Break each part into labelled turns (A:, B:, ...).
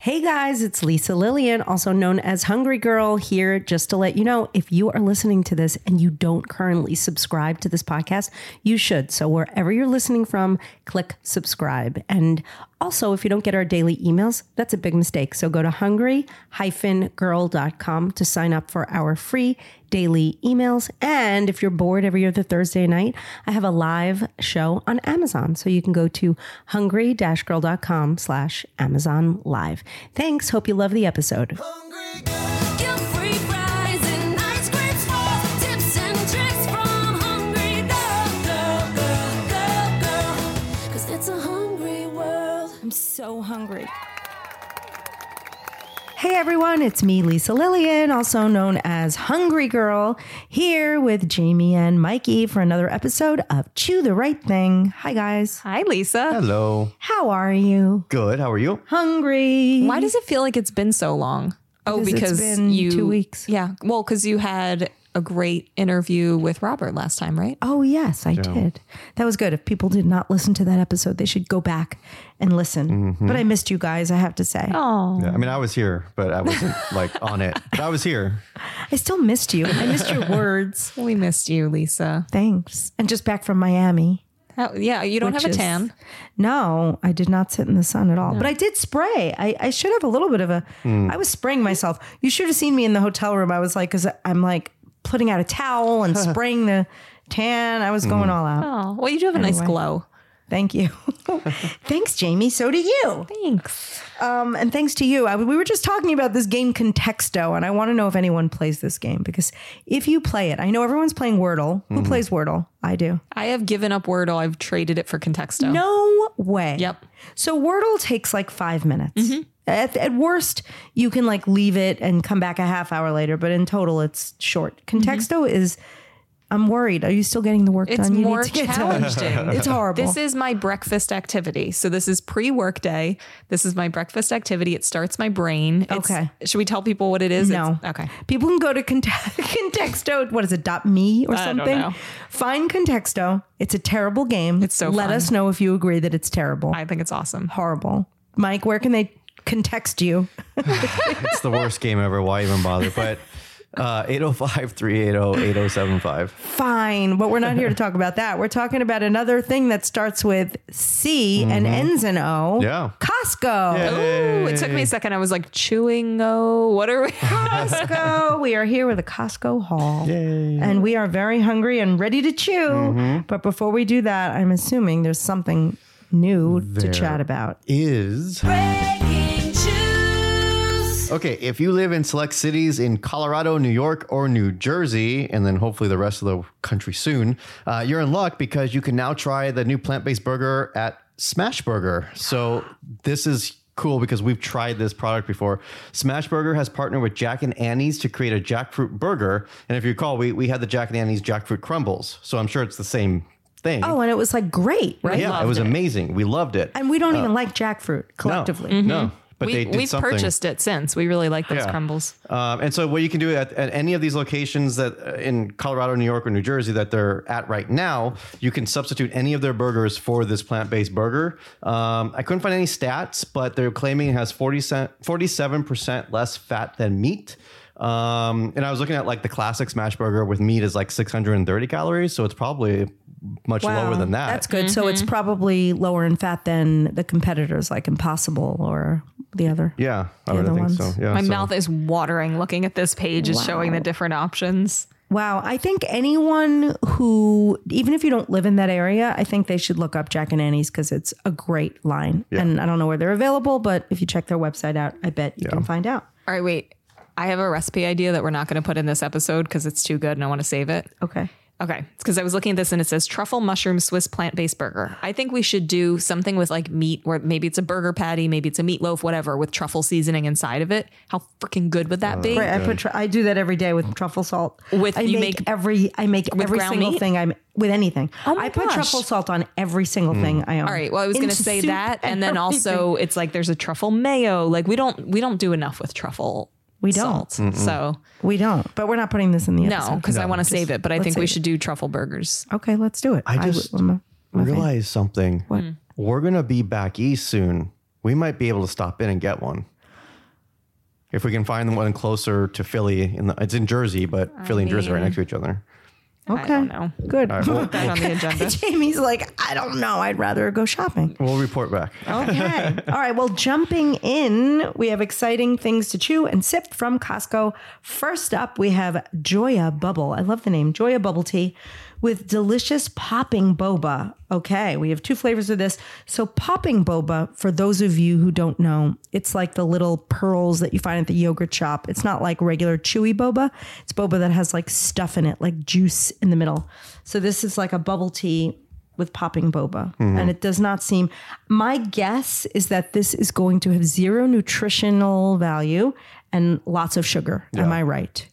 A: Hey guys, it's Lisa Lillian, also known as Hungry Girl, here just to let you know if you are listening to this and you don't currently subscribe to this podcast, you should. So wherever you're listening from, click subscribe. And also, if you don't get our daily emails, that's a big mistake. So go to hungry-girl.com to sign up for our free daily emails. And if you're bored every other Thursday night, I have a live show on Amazon. So you can go to hungry-girl.com slash Amazon live. Thanks. Hope you love the episode.
B: Guilt-free fries and ice cream swirls, tips and tricks from hungry girl, girl, girl, girl, girl. 'Cause it's a hungry world.
A: I'm so hungry. Hey everyone, it's me, Lisa Lillian, also known as Hungry Girl, here with Jamie and Mikey for another episode of Chew the Right Thing. Hi guys,
C: Hi, Lisa.
D: Hello.
A: how are you?
D: Good. How are you?
A: Hungry.
C: Why does it feel like it's been so long? Oh,
A: Because it's
C: because,
A: been
C: you
A: two weeks.
C: Yeah, well, because you had a great interview with Robert last time, right?
A: Oh, yes, I did. That was good. If people did not listen to that episode, they should go back and listen. But I missed you guys, I have to say.
C: Oh,
D: Yeah, I mean, I was here, but I wasn't like on it. But I was here.
A: I still missed you. I missed your words.
C: we missed you, Lisa.
A: Thanks. And just back from Miami.
C: How- yeah, you don't
A: which
C: have a
A: is-
C: tan.
A: No, I did not sit in the sun at all. But I did spray. I, I should have a little bit of a. I was spraying myself. You should have seen me in the hotel room. I was like, because I'm like putting out a towel and spraying the tan. I was going all out.
C: Oh, well, you do have a nice
A: Anyway.
C: glow.
A: Thank you. thanks, Jamie. So do you.
C: Thanks.
A: Um, and thanks to you. I, we were just talking about this game Contexto, and I want to know if anyone plays this game because if you play it, I know everyone's playing Wordle. Who
C: Mm-hmm.
A: plays Wordle? I do.
C: I have given up Wordle. I've traded it for Contexto.
A: No way.
C: Oh. Yep. Mm-hmm.
A: So Wordle takes like five minutes. At, at worst, you can like leave it and come back a half hour later, but in total, it's short.
C: Mm-hmm.
A: Contexto is. I'm worried. Are you still getting the work
C: It's
A: done? You
C: more
A: need to get done.
C: challenging.
A: It's horrible.
C: This is my breakfast activity. So this is pre-work day. This is my breakfast activity. It starts my brain. It's-
A: Okay.
C: Should we tell people what it is?
A: No.
C: It's, okay.
A: People can go to Conte- Contexto. What is it? Dot me or
C: I don't
A: something.
C: know.
A: Find Contexto. It's a terrible game.
C: It's so
A: Let
C: fun.
A: us know if you agree that it's terrible,
C: I think it's awesome.
A: horrible. Mike, where can they context you?
D: It's the worst game ever. Why even bother? But uh, 805 380 8075.
A: Fine, but we're not here to talk about that. We're talking about another thing that starts with C and ends in O.
D: Mm-hmm. Yeah.
A: Costco.
C: Ooh, it took me a second. I was like, chewing. Oh, what are we?
A: Costco. we are here with a Costco haul.
D: Yay. Mm-hmm.
A: And we are very hungry and ready to chew. But before we do that, I'm assuming there's something new
D: There.
A: to chat about.
D: Is
B: Breaking news.
D: okay. If you live in select cities in Colorado, New York, or New Jersey, and then hopefully the rest of the country soon, uh, you're in luck because you can now try the new plant based burger at Smash Burger. So this is cool because we've tried this product before. Smashburger has partnered with Jack and Annie's to create a jackfruit burger. And if you recall, we, we had the Jack and Annie's jackfruit crumbles. So I'm sure it's the same thing.
A: Oh, and it was like great, right?
D: yeah, it
C: loved
D: was
C: it.
D: amazing. We loved it.
A: And we don't even like jackfruit collectively.
D: Uh, No, Mm-hmm. no but
C: Mm-hmm. we,
D: they did
C: we've
D: something.
C: purchased it since. We really like those
D: Yeah.
C: crumbles.
D: Um, and so, what you can do at, at any of these locations that uh, in Colorado, New York, or New Jersey that they're at right now, you can substitute any of their burgers for this plant based burger. Um, I couldn't find any stats, but they're claiming it has 40 47% less fat than meat. Um, and I was looking at like the classic smash burger with meat is like 630 calories. So, it's probably much lower than that.
A: That's good. Mm-hmm. So it's probably lower in fat than the competitors like Impossible or the other.
D: Yeah, I would
A: other ones.
D: think so. Yeah,
C: My
D: so-
C: mouth is watering looking at this page. It's showing the different options.
A: Wow. I think anyone who, even if you don't live in that area, I think they should look up Jack and Annie's because it's a great line. And I don't know where they're available, but if you check their website out, I bet you can find out.
C: All right, wait. I have a recipe idea that we're not going to put in this episode because it's too good and I want to save it.
A: Okay.
C: Okay, because I was looking at this and it says truffle mushroom Swiss plant based burger. I think we should do something with like meat, where maybe it's a burger patty, maybe it's a meatloaf, whatever, with truffle seasoning inside of it. How freaking good would that be?
A: Right, I put tr- I do that every day with truffle salt.
C: With-
A: I
C: you
A: make,
C: make-
A: every I make every
C: ground
A: single
C: meat? Oh
A: thing I'm with anything.
C: my
A: I put
C: gosh. Mm.
A: truffle salt on every single thing I own.
C: All right. Well, I was going to say that, and then also it's like there's a truffle mayo. Like we don't we don't do enough with truffle.
A: We don't.
C: salt. So
A: we don't, but we're not putting this in the
C: no,
A: episode.
C: because I want to save it. But I think we
A: save
C: should do truffle burgers.
A: Okay, let's do it.
D: I just
A: would- I'm a- okay.
D: realized something. We're gonna be back east soon. We might be able to stop in and get one. If we can find one closer to Philly, in the, it's in Jersey, but Philly and Jersey are right next to each other.
A: Okay.
C: I don't know.
A: Good.
C: Put that on the agenda.
A: Jamie's like, I don't know. I'd rather go shopping.
D: We'll report back.
A: Oh. Okay. All right. Well, jumping in, we have exciting things to chew and sip from Costco. First up, we have Joya Bubble. I love the name Joya Bubble Tea with delicious popping boba. Okay. We have two flavors of this. So, popping boba, for those of you who don't know, it's like the little pearls that you find at the yogurt shop. It's not like regular chewy boba, it's boba that has like stuff in it, like juice in the middle. So, this is like a bubble tea with popping boba. And it does not seem, my guess is that this is going to have zero nutritional value and lots of sugar. Am I right?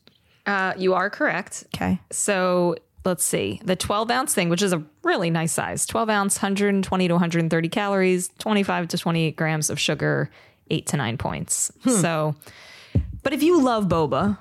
C: Uh, you are correct.
A: Okay.
C: So let's see. The 12 ounce thing, which is a really nice size 12 ounce, 120 to 130 calories, 25 to 28 grams of sugar, eight to nine points.
A: Hmm.
C: So, but if you love boba,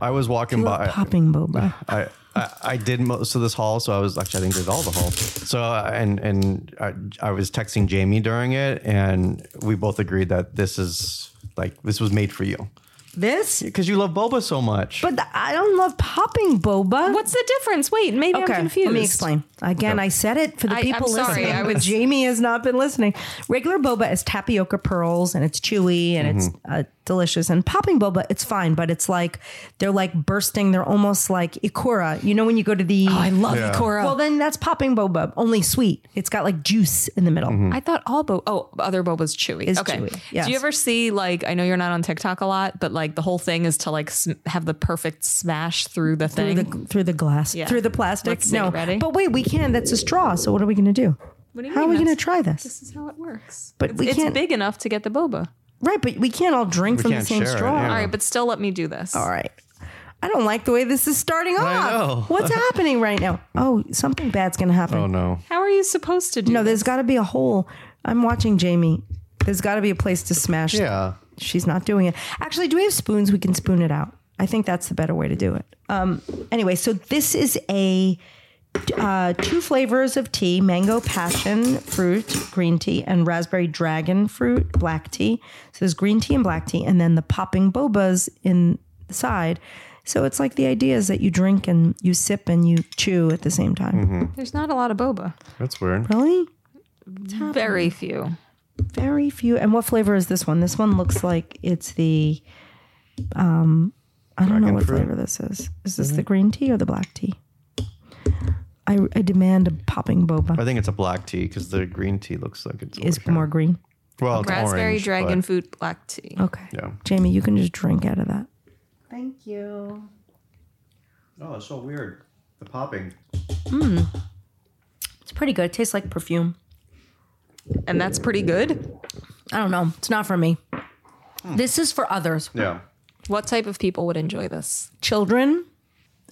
D: I was walking by.
A: popping boba.
D: I, I I did most of this haul, so I was actually I think did all the haul. So uh, and and I, I was texting Jamie during it, and we both agreed that this is like this was made for you
A: This?
D: because you love boba so much.
A: But the- I don't love popping boba.
C: what's the difference? Wait, maybe I'm confused.
A: Let me explain. Again, I said it for the
C: I-
A: people
C: I'm sorry,
A: listening.
C: I
A: but
C: was-
A: Jamie has not been listening. Regular boba is tapioca pearls and it's chewy and it's uh, delicious. And popping boba, it's fine, but it's like they're like bursting. They're almost like ikura. You know when you go to the
C: Oh, I love
D: Yeah.
C: Ikora.
A: well, then that's popping boba, only sweet. It's got like juice in the middle.
C: I thought all bo oh other boba's chewy.
A: Is
C: okay.
A: chewy,
C: Do
A: yes.
C: you ever see like I know you're not on TikTok a lot, but like the whole thing is to like sm- have the perfect smash through the
A: Through
C: thing.
A: the, through the glass,
C: Yeah.
A: through the plastic.
C: Let's see.
A: no,
C: Ready?
A: but wait, we can. That's a straw. So what are we going to do?
C: What do you
A: How are
C: mean
A: we going to
C: that's-
A: try this?
C: This is how it works.
A: But
C: it's,
A: we
C: it's
A: can't-
C: big enough to get the boba.
A: Right, but we can't all drink from the
D: can't
A: same
D: share it,
A: straw.
D: yeah.
C: All right, but still let me do this.
A: All right. I don't like the way this is starting off.
D: know.
A: What's happening right now? Oh, something bad's going to happen.
D: oh no,
C: How are you supposed to do
A: no,
C: this?
A: there's got to be a hole. I'm watching Jamie. There's got to be a place to smash.
D: yeah.
A: She's not doing it. Actually, do we have spoons? We can spoon it out. I think that's the better way to do it. Um, anyway, so this is a uh, two flavors of tea mango passion fruit green tea and raspberry dragon fruit black tea so there's green tea and black tea and then the popping bobas in the side so it's like the idea is that you drink and you sip and you chew at the same time
C: There's not a lot of boba.
D: That's weird.
A: really
C: Very few.
A: very few and what flavor is this one this one looks like it's the um i don't know
D: Dragon
A: what
D: fruit? Mm-hmm.
A: flavor this is is this the green tea or the black tea i, I demand a popping boba
D: I think it's a black tea because the green tea looks like it's
A: is
D: orange.
A: more green
D: well, it's
C: Raspberry
D: orange,
C: dragon
D: but-
C: fruit black tea.
A: Okay.
D: Yeah.
A: Jamie, you can just drink out of that.
D: Oh, it's so weird. The popping.
A: It's pretty good. It tastes like perfume.
C: And that's pretty good.
A: I don't know. It's not for me.
D: Hmm.
A: This is for others.
D: Yeah.
C: What type of people would enjoy this?
A: Children,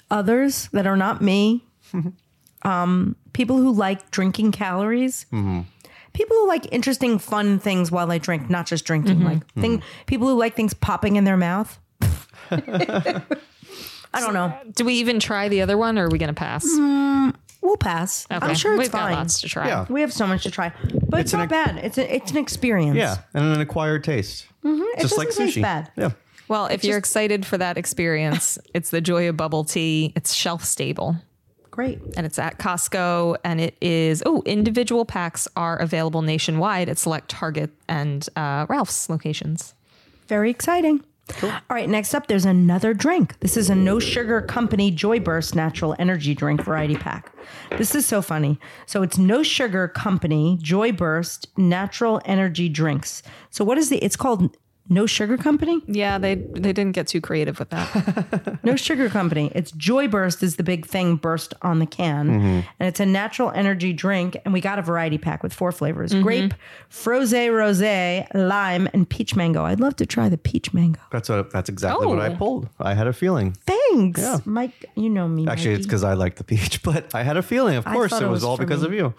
A: others that are not me, um, people who like drinking calories, people who like interesting, fun things while they drink, not just drinking. Like thing, people who like things popping in their mouth. I don't know.
C: Do we even try the other one or are we going to pass?
A: We'll pass.
C: Okay.
A: Mm, I'm sure it's
C: We've
A: fine.
C: got lots to try.
D: Yeah.
A: We have so much to try, but it's,
D: an
A: not
D: ex-
A: bad. It's a, it's an experience.
D: Yeah, and an acquired taste. Mm-hmm. Just
A: doesn't
D: like
A: taste
D: sushi.
A: bad.
D: Yeah.
C: Well, if you're excited for that experience, it's the Joya Bubble Tea. It's shelf stable
A: Great.
C: and it's at Costco and it is oh, individual packs are available nationwide at select Target and uh, Ralph's locations.
A: Very exciting. All right, next up, there's another drink. This is a no sugar company Joy Burst natural energy drink variety pack. This is so funny. So it's no sugar company Joy Burst natural energy drinks. So what is the? It's called no sugar company.
C: Yeah, they they didn't get too creative with that.
A: No sugar company. It's Joy Burst is the big thing burst on the can. And it's a natural energy drink. And we got a variety pack with four flavors grape, froze rose, lime, and peach mango. I'd love to try the peach mango.
D: That's what. That's exactly what I
C: Oh.
D: pulled. I had a feeling.
A: Thanks,
D: Yeah.
A: Mike. You know me.
D: Actually, it's
A: Mikey.
D: because I like the peach, but I had a feeling. Of course,
A: thought
D: it
A: it
D: was,
A: was
D: all
A: for
D: because
A: me.
D: of you.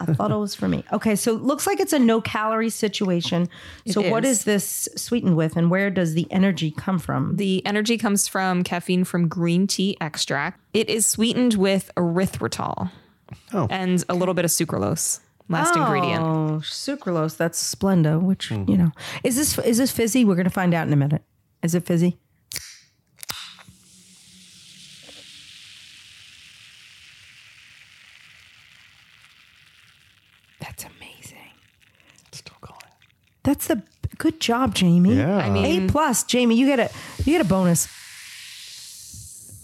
A: I thought it was for me. Okay, so it looks like it's a no calorie situation. So what
C: is.
A: is this sweetened with, and where does the energy come from?
C: The energy comes from caffeine from green tea extract. It is sweetened with erythritol
D: Oh.
C: and a little bit of sucralose, last ingredient.
D: Hmm.
A: Oh, sucralose. That's Splenda, which you know is this is this fizzy? We're gonna find out in a minute. Is it fizzy? That's amazing.
D: Still calling.
A: That's the good job, Jamie.
D: Yeah. I
A: A plus, Jamie. You get a you get a bonus.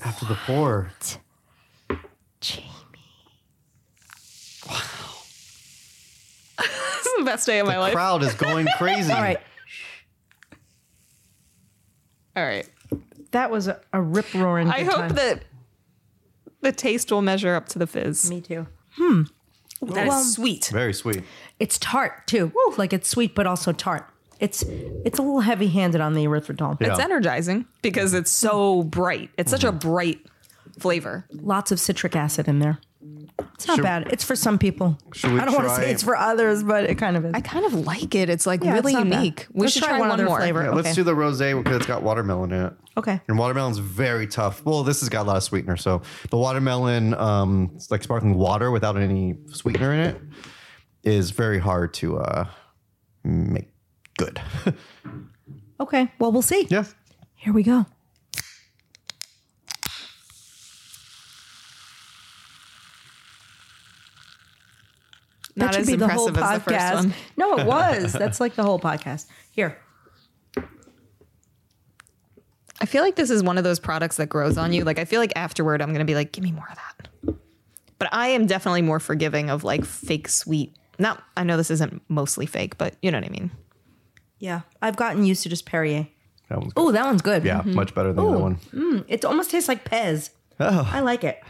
D: After the pour.
A: Jamie.
C: This is the best day of my life.
D: Crowd is going crazy.
A: All right.
C: All right.
A: That was a, a rip roaring.
C: I hope that the taste will measure up to the fizz.
A: Me too.
C: That is sweet.
D: Very sweet.
A: It's tart too. Like it's sweet but also tart. It's it's a little heavy handed on the erythritol.
C: It's energizing because it's so bright. It's such a bright flavor.
A: Lots of citric acid in there. It's not
D: Should-
A: bad. It's for some people.
D: Should we
A: I don't want to
D: try-
A: say it's for others, but it kind of is.
C: I kind of like it. It's like
A: Yeah,
C: really
A: it's not bad.
C: unique. We
A: Let's
C: should try, one,
A: other
C: more.
A: flavor.
D: Yeah,
A: okay.
D: Let's do the rose because it's got watermelon in it.
A: Okay.
D: And watermelon's very tough. Well, this has got a lot of sweetener. So the watermelon, um, it's like sparkling water without any sweetener in it, is very hard to uh, make good.
A: Okay. Well, we'll see.
D: yeah.
A: Here we go.
C: Not as impressive as the first one.
A: No, it was. That's like the whole podcast. Here.
C: I feel like this is one of those products that grows on you. Like I feel like afterward, I'm gonna be like, give me more of that. But I am definitely more forgiving of like fake sweet. Not, I know this isn't mostly fake, but you know what I mean.
A: Yeah. I've gotten used to just Perrier.
D: That one's good.
A: Oh, that one's good. Mm,
D: Yeah,
C: Mm-hmm.
D: much better than the other one.
A: It almost tastes like Pez.
D: Oh.
A: I like it.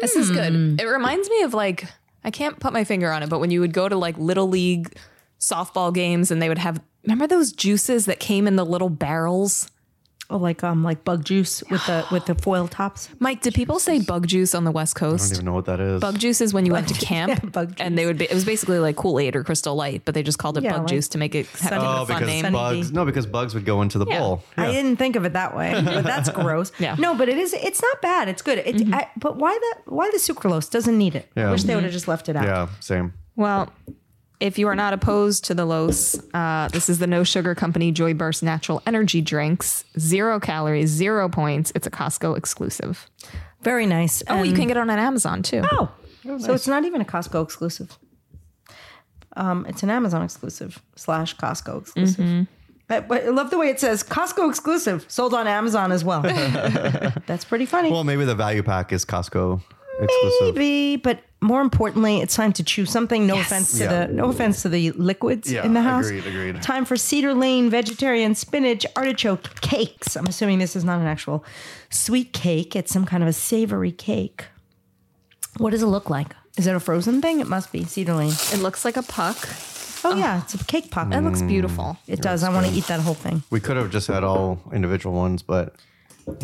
C: This is good. It reminds me of like I can't put my finger on it, but when you would go to like little league softball games and they would have remember those juices that came in the little barrels?
A: Oh, like um, like bug juice with the with the foil tops.
C: Mike, did people say bug juice on the West
D: I don't
C: Coast?
D: even know what that is.
C: Bug juice is when you went to camp
A: yeah, bug
C: and they would be it was basically like Kool-Aid or Crystal Light, but they just called it
A: Yeah,
C: bug
A: like
C: juice to make it have
A: Sunny-
C: a
D: oh,
C: fun
D: because
C: name.
D: bugs. No, because bugs would go into the
C: Yeah.
D: bowl.
A: I didn't think of it that way, but that's gross.
C: Yeah. Mm-hmm.
A: No, but it is. It's not bad. It's good. It, I, but why the why the sucralose doesn't need it? I
D: Yeah.
A: wish they would have just left it out.
D: Yeah, same.
C: Well, if you are not opposed to the Los, uh, this is the no sugar company Joy Burst Natural Energy Drinks. Zero calories, zero points. It's a Costco exclusive.
A: Very nice.
C: Oh, you can get it on Amazon too.
A: Oh, so it's not even a Costco exclusive. Um, it's an Amazon exclusive slash Costco exclusive. But, but I love the way it says Costco exclusive, sold on Amazon as well. That's pretty funny.
D: Well, maybe the value pack is Costco exclusive.
A: Maybe, but more importantly, it's time to chew something. No offense to
D: Yeah.
A: the no offense to the liquids
D: Yeah,
A: in the house.
D: agreed, agreed.
A: Time for Cedar Lane vegetarian spinach artichoke cakes. I'm assuming this is not an actual sweet cake. It's some kind of a savory cake. What does it look like? Is it a frozen thing? It must be Cedar Lane.
C: It looks like a puck.
A: Oh, yeah, it's a cake pop.
C: It
D: Mm.
C: looks beautiful.
A: It does. I want to eat that whole thing.
D: We could have just had all individual ones, but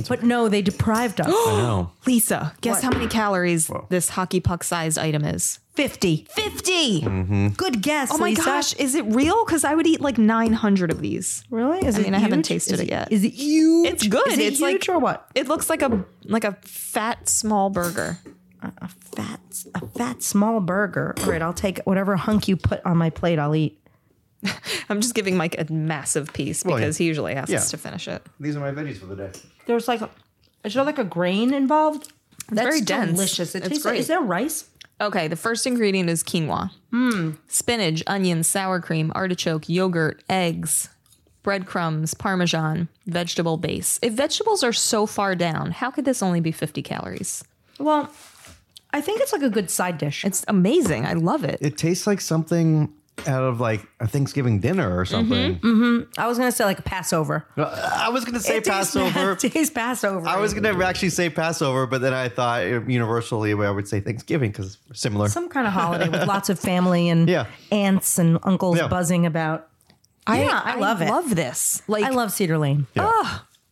A: But no, they deprived us.
D: no.
C: Lisa, guess how many calories this hockey puck sized item is?
A: 50.
C: 50.
A: Good guess.
C: Oh my
A: Lisa.
C: gosh, is it real? Because I would eat like 900 of these.
A: Really? Is
C: I
A: it
C: mean, I haven't
A: huge?
C: tasted
A: Is
C: it yet.
A: Is it huge?
C: It's good.
A: Is it
C: It's like-
A: huge or what?
C: It looks like a like a fat small burger.
A: fat a fat small burger. All right, I'll take whatever hunk you put on my plate. I'll eat.
C: I'm just giving Mike a massive piece
D: yeah.
C: because he usually asks
D: Yeah.
C: us to finish it.
D: These are my veggies for the day.
A: There's like, a, is there like a grain involved? That's
C: very dense.
A: delicious. It
C: It's
A: tastes.
C: great.
A: Is there rice?
C: Okay, the first ingredient is quinoa.
D: Hmm.
C: Spinach, onion, sour cream, artichoke, yogurt, eggs, breadcrumbs, parmesan, vegetable base. If vegetables are so far down, how could this only be 50 calories?
A: Well, I think it's like a good side dish.
C: It's amazing. I love it.
D: It tastes like something out of like a Thanksgiving dinner or something.
A: I was gonna say like a Passover.
D: No, I was gonna
A: Mm-hmm. Mm.
D: say
A: It tastes-
D: Passover.
A: it tastes Passover.
D: I was gonna actually say Passover, but then I thought uh, universally I would say Thanksgiving because similar.
A: some kind of holiday with lots of family and
D: Yeah.
A: aunts and uncles
D: Yeah.
A: buzzing about. yeah, I love it.
C: love this. Like
A: I love Cedar Lane.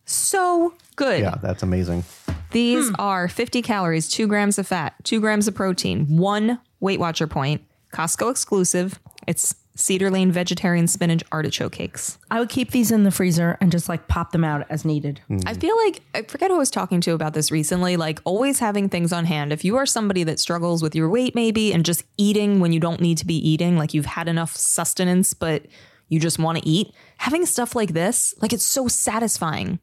C: so good.
D: yeah, that's amazing.
C: These are 50 calories, 2 grams of fat, 2 grams of protein, 1 Weight Watcher point, Costco exclusive. It's Cedar Lane vegetarian spinach artichoke cakes.
A: I would keep these in the freezer and just like pop them out as needed.
D: Mm.
C: I feel like I forget who I was talking to about this recently. Like always having things on hand. If you are somebody that struggles with your weight, maybe, and just eating when you don't need to be eating, like you've had enough sustenance, but you just want to eat. Having stuff like this, like it's so satisfying.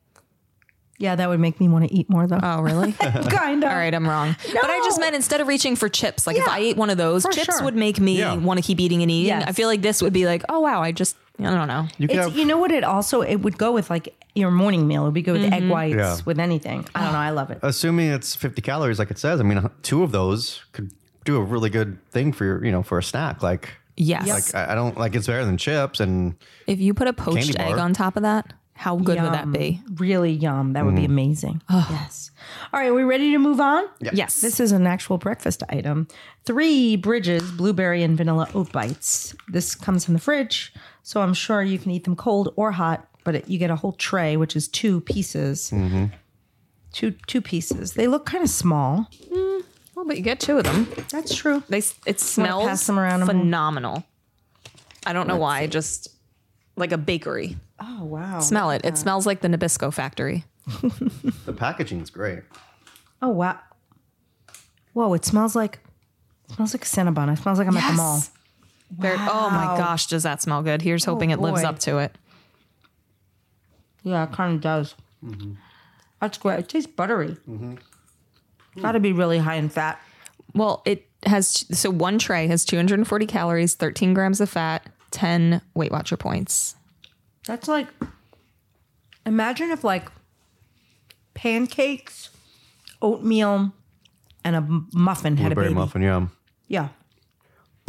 E: Yeah, that would make me want to eat more though.
C: Oh, really?
A: kind of.
C: All right, I'm wrong. But I just meant instead of reaching for chips, like if I ate one of those,
E: for
C: chips
E: sure.
C: would make me
D: Yeah.
C: want to keep eating and eating.
E: Yes.
C: I feel like this would be like, oh wow, I just I don't know.
D: You could
A: It's,
D: have,
A: you know what? It also it would go with like your morning meal. It would go with
C: Mm-hmm.
A: egg whites,
D: Yeah.
A: with anything. I don't know. I love it.
D: assuming it's 50 calories, like it says. I mean, uh, two of those could do a really good thing for your, you know, for a snack. Like,
C: Yes.
D: like I I don't like it's better than chips and
C: if you put a poached
D: Candy
C: egg
D: bar.
C: on top of that, how good would that be?
A: Really yum. That would
D: Mm-hmm.
A: be amazing. Yes. All right, we ready to move on?
C: Yes.
A: This is an actual breakfast item. Three bridges, blueberry and vanilla oat bites. This comes in the fridge, so I'm sure you can eat them cold or hot, but it, you get a whole tray, which is two pieces. Two two pieces. They look kind of small.
C: well, oh, but you get two of them.
A: That's true.
C: They s- it smells
A: pass them around a moment?
C: phenomenal. I don't know why, just like a bakery.
A: Oh wow.
C: Smell it. It smells like the Nabisco factory.
D: the packaging's great.
A: Oh wow. Whoa, it smells like it smells like Cinnabon. It smells like I'm at the mall.
C: Very- oh my gosh, does that smell good? Here's hoping it lives
A: boy.
C: up to it.
A: Yeah, it kind of does. That's great. It tastes buttery. Gotta be really high in fat.
C: Well, it has so one tray has 240 calories, 13 grams of fat, 10 Weight Watcher points.
A: That's like, imagine if like pancakes, oatmeal, and a m- muffin had a
D: Blueberry
A: baby.
D: muffin, yeah.
A: Yeah.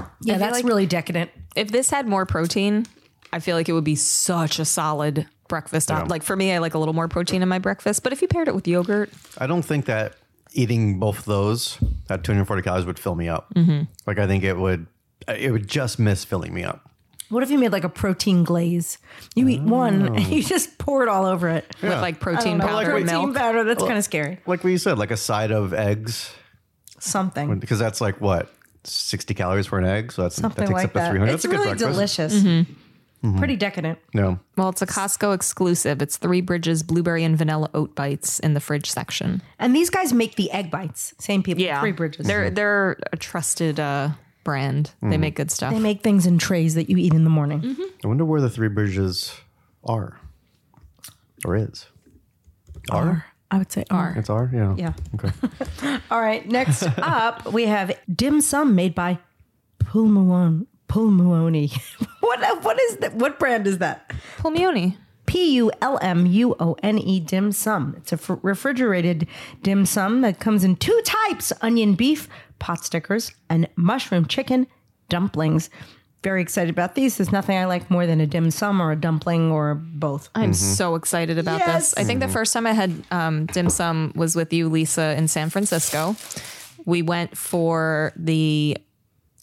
A: Yeah,
C: feel
A: that's
C: like-
A: really decadent.
C: If this had more protein, I feel like it would be such a solid breakfast. op- Like for me, I like a little more protein in my breakfast. But if you paired it with yogurt,
D: I don't think that eating both of those at 240 calories would fill me up.
A: Mm-hmm.
D: Like I think it would, it would just miss filling me up.
A: What if you made like a protein glaze? You eat one
D: Oh.
A: and you just pour it all over it.
C: with like protein
D: know, like
C: powder and
D: protein
C: milk,
A: powder. That's kind of scary.
D: Like what you said, like a side of eggs,
A: Something.
D: because that's like what 60 calories for an egg. So that's
A: Something
D: that takes
A: like
D: up to
A: that.
D: 300.
A: It's
D: that's a good
A: really
D: breakfast. Mm-hmm.
A: delicious. Mm-hmm. Pretty decadent.
D: No,
C: Well, it's a Costco exclusive. It's Three Bridges blueberry and vanilla oat bites in the fridge section.
A: And these guys make the egg bites. Same people. Three bridges.
C: They're they're a trusted uh, brand. They make good stuff.
A: They make things in trays that you eat in the morning.
D: I wonder where the three bridges are or is. Are?
A: I would say R.
D: It's are? Yeah.
A: Yeah.
D: Okay.
A: All right. Next up, we have dim sum made by Pulmuone. Pulmuone. what? What is that? What brand is that?
C: Pulmione.
A: P U L M U O N E dim sum. It's a fr- refrigerated dim sum that comes in two types: onion beef, pot stickers, and mushroom chicken dumplings. Very excited about these. There's nothing I like more than a dim sum or a dumpling or both.
C: I'm so excited about
A: Yes.
C: this. I think the first time I had um, dim sum was with you, Lisa, in San Francisco. We went for the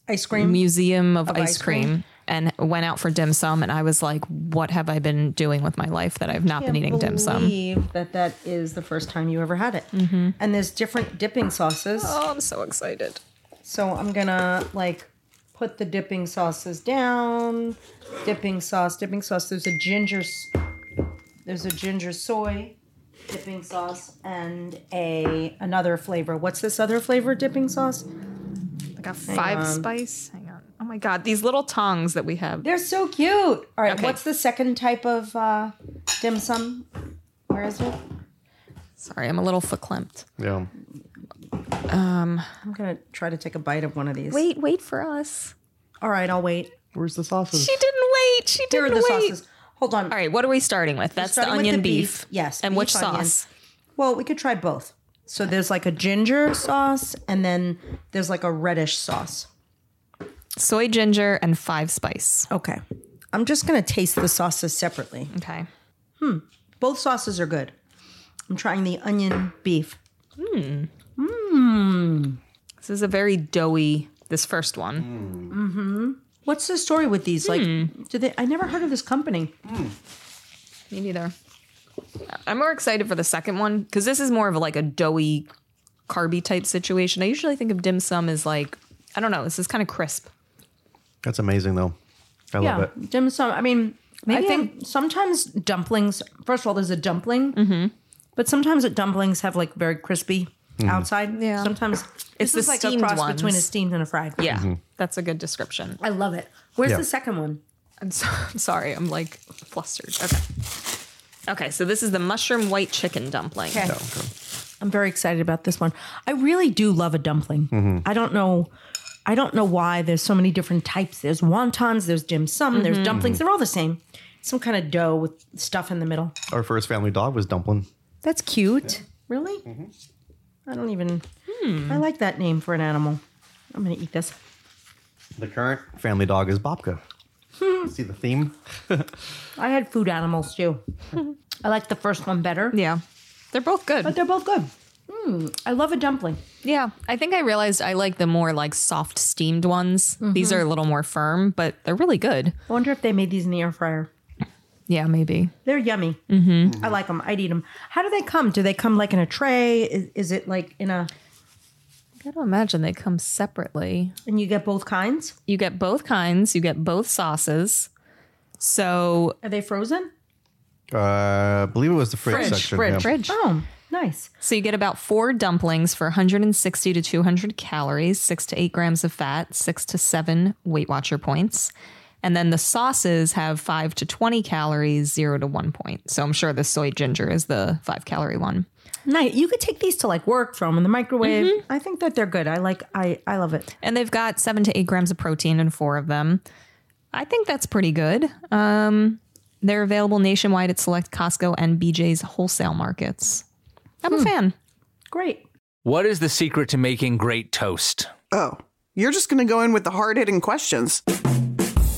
A: Ice cream.
C: Museum of, Ice
A: ice cream.
C: cream. and went out for dim sum. And I was like, what have I been doing with my life that I've not been eating dim sum? Mm-hmm.
A: Believe that that is the first time you ever had it. And there's different dipping sauces.
C: Oh, I'm so excited.
A: So I'm gonna like put the dipping sauces down. Dipping sauce, dipping sauce. There's a ginger. s- There's a ginger soy dipping sauce and a another flavor. What's this other flavor dipping sauce?
C: I got five spice. Hang on. Oh my God. These little tongs that we have.
A: They're so cute. All right,
C: Okay.
A: what's the second type of uh, dim sum? Where is it?
C: Sorry, I'm a little verklempt.
D: Yeah.
A: I'm gonna try to take a bite of one of these.
C: Wait, wait for us.
A: All right, I'll wait.
D: Where's the sauces?
C: She didn't wait. She
A: Here are
C: didn't
A: the
C: wait.
A: sauces. Hold on.
C: All right, what are we starting with? That's the
A: starting with
C: onion
A: the beef.
C: beef.
A: Yes,
C: And
A: beef
C: which
A: onion.
C: sauce?
A: Well, we could try both. So there's like a ginger sauce, and then there's like a reddish sauce.
C: Soy ginger and five spice.
A: Okay. I'm just gonna taste the sauces separately.
C: Okay.
A: Both sauces are good. I'm trying the onion beef.
C: This is a very doughy, this first one.
A: What's the story with these? Like, do they? I never heard of this company.
C: Mm. Me neither. I'm more excited for the second one because this is more of like a doughy, carby type situation. I usually think of dim sum as like, I don't know, this is kind of crisp.
D: That's amazing, though. I love it.
A: dim sum. I mean,
C: Maybe
A: I think sometimes dumplings. First of all, there's a dumpling, but sometimes it, dumplings have like very crispy
D: Mm-hmm.
A: outside.
C: Yeah.
A: Sometimes
C: It's
A: it's this is
C: the
A: like a
C: steamed
A: cross
C: ones.
A: between a steamed and a fried.
C: Yeah, that's a good description.
A: I love it. Where's
D: Yeah.
A: the second one?
C: I'm, so, I'm sorry. I'm like flustered. Okay. Okay, so this is the mushroom white chicken dumpling.
A: Okay.
F: I'm very excited about this one. I really do love a dumpling. I don't know. I don't know why there's so many different types. There's wontons, there's dim sum, there's dumplings. They're all the same. Some kind of dough with stuff in the middle.
D: Our first family dog was Dumpling.
E: That's cute.
A: Really?
F: I don't even. Hmm.
A: I like that name for an animal. I'm gonna eat this.
D: The current family dog is Bobka. See the theme?
F: I had food animals too. I like the first one better.
C: Yeah. They're both good.
F: They're both good. Mm, I love a dumpling.
C: Yeah, I think I realized I like the more like soft steamed ones. These are a little more firm, but they're really good.
F: I wonder if they made these in the air fryer.
C: Yeah, maybe.
F: They're yummy. Mm-hmm.
A: I like them. I'd eat them. How do they come? Do they come like in a tray? Is, is it like in a?
C: I don't imagine they come separately.
A: And you get both kinds?
C: You get both kinds, you get both sauces. So,
A: Are they frozen?
D: Uh, I believe it was the fridge,
C: Fridge,
D: section.
C: fridge,
D: yeah.
C: fridge.
A: Oh, nice.
C: So you get about four dumplings for 160 to 200 calories, six to eight grams of fat, six to seven Weight Watcher points. And then the sauces have five to 20 calories, zero to one point. So I'm sure the soy ginger is the five calorie one.
F: Nice. You could take these to like work from in the microwave.
A: Mm-hmm. I think that they're good. I like. I I love it.
C: and they've got seven to eight grams of protein in four of them. I think that's pretty good. Um, they're available nationwide at select Costco and BJ's wholesale markets. I'm a fan.
A: Great.
G: What is the secret to making great toast?
H: Oh, you're just going to go in with the hard hitting questions.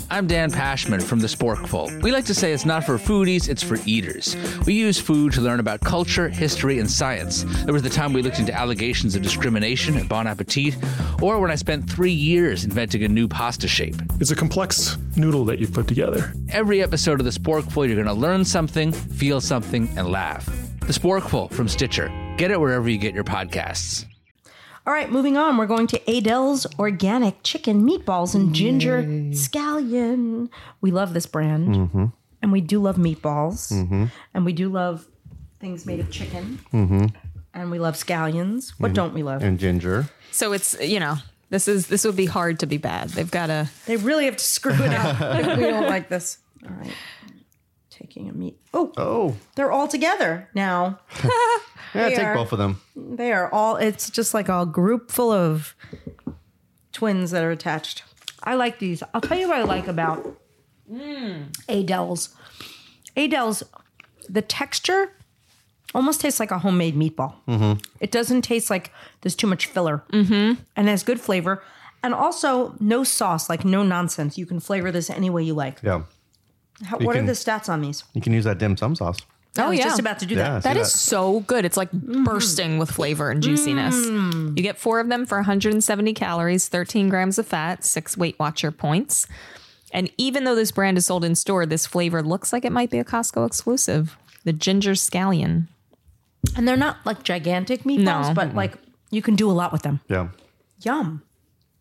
G: I'm Dan Pashman from The Sporkful. We like to say it's not for foodies, it's for eaters. We use food to learn about culture, history, and science. There was the time we looked into allegations of discrimination at Bon Appetit, or when I spent three years inventing a new pasta shape.
I: It's a complex noodle that you've put together.
G: Every episode of The Sporkful, you're going to learn something, feel something, and laugh. The Sporkful from Stitcher. Get it wherever you get your podcasts.
A: All right, moving on. We're going to Adele's Organic Chicken Meatballs and Ginger Scallion. We love this brand, and we do love meatballs, and we do love things made of chicken, and we love scallions. What don't we love?
D: And ginger.
C: So it's you know this is this would be hard to be bad. They've got a
A: They really have to screw it up. if we don't like this. All right, taking a meat. Oh,
D: Oh,
A: they're all together now.
D: yeah,
A: They
D: take
A: are-
D: both of them.
A: They are all. It's just like a group full of twins that are attached.
F: I like these. I'll tell you what I like about
A: Mm.
F: Adele's. Adele's, the texture almost tastes like a homemade meatball. It doesn't taste like there's too much filler mm-hmm. and has good flavor. And also, no sauce, like no nonsense. You can flavor this any way you like.
D: Yeah,
A: How, what
D: can-
A: are the stats on these?
D: you can use that dim sum sauce.
F: I
C: Oh,
F: was
C: yeah.
F: just about to do
D: Yeah, I
F: that.
D: see
C: that is so good. It's like
A: Mm-hmm.
C: bursting with flavor and juiciness. You get four of them for 170 calories, 13 grams of fat, six Weight Watcher points. And even though this brand is sold in store, this flavor looks like it might be a Costco exclusive. The ginger scallion.
F: And they're not like gigantic meatballs,
C: No.
F: but like you can do a lot with them.
D: Yeah,
F: Yum.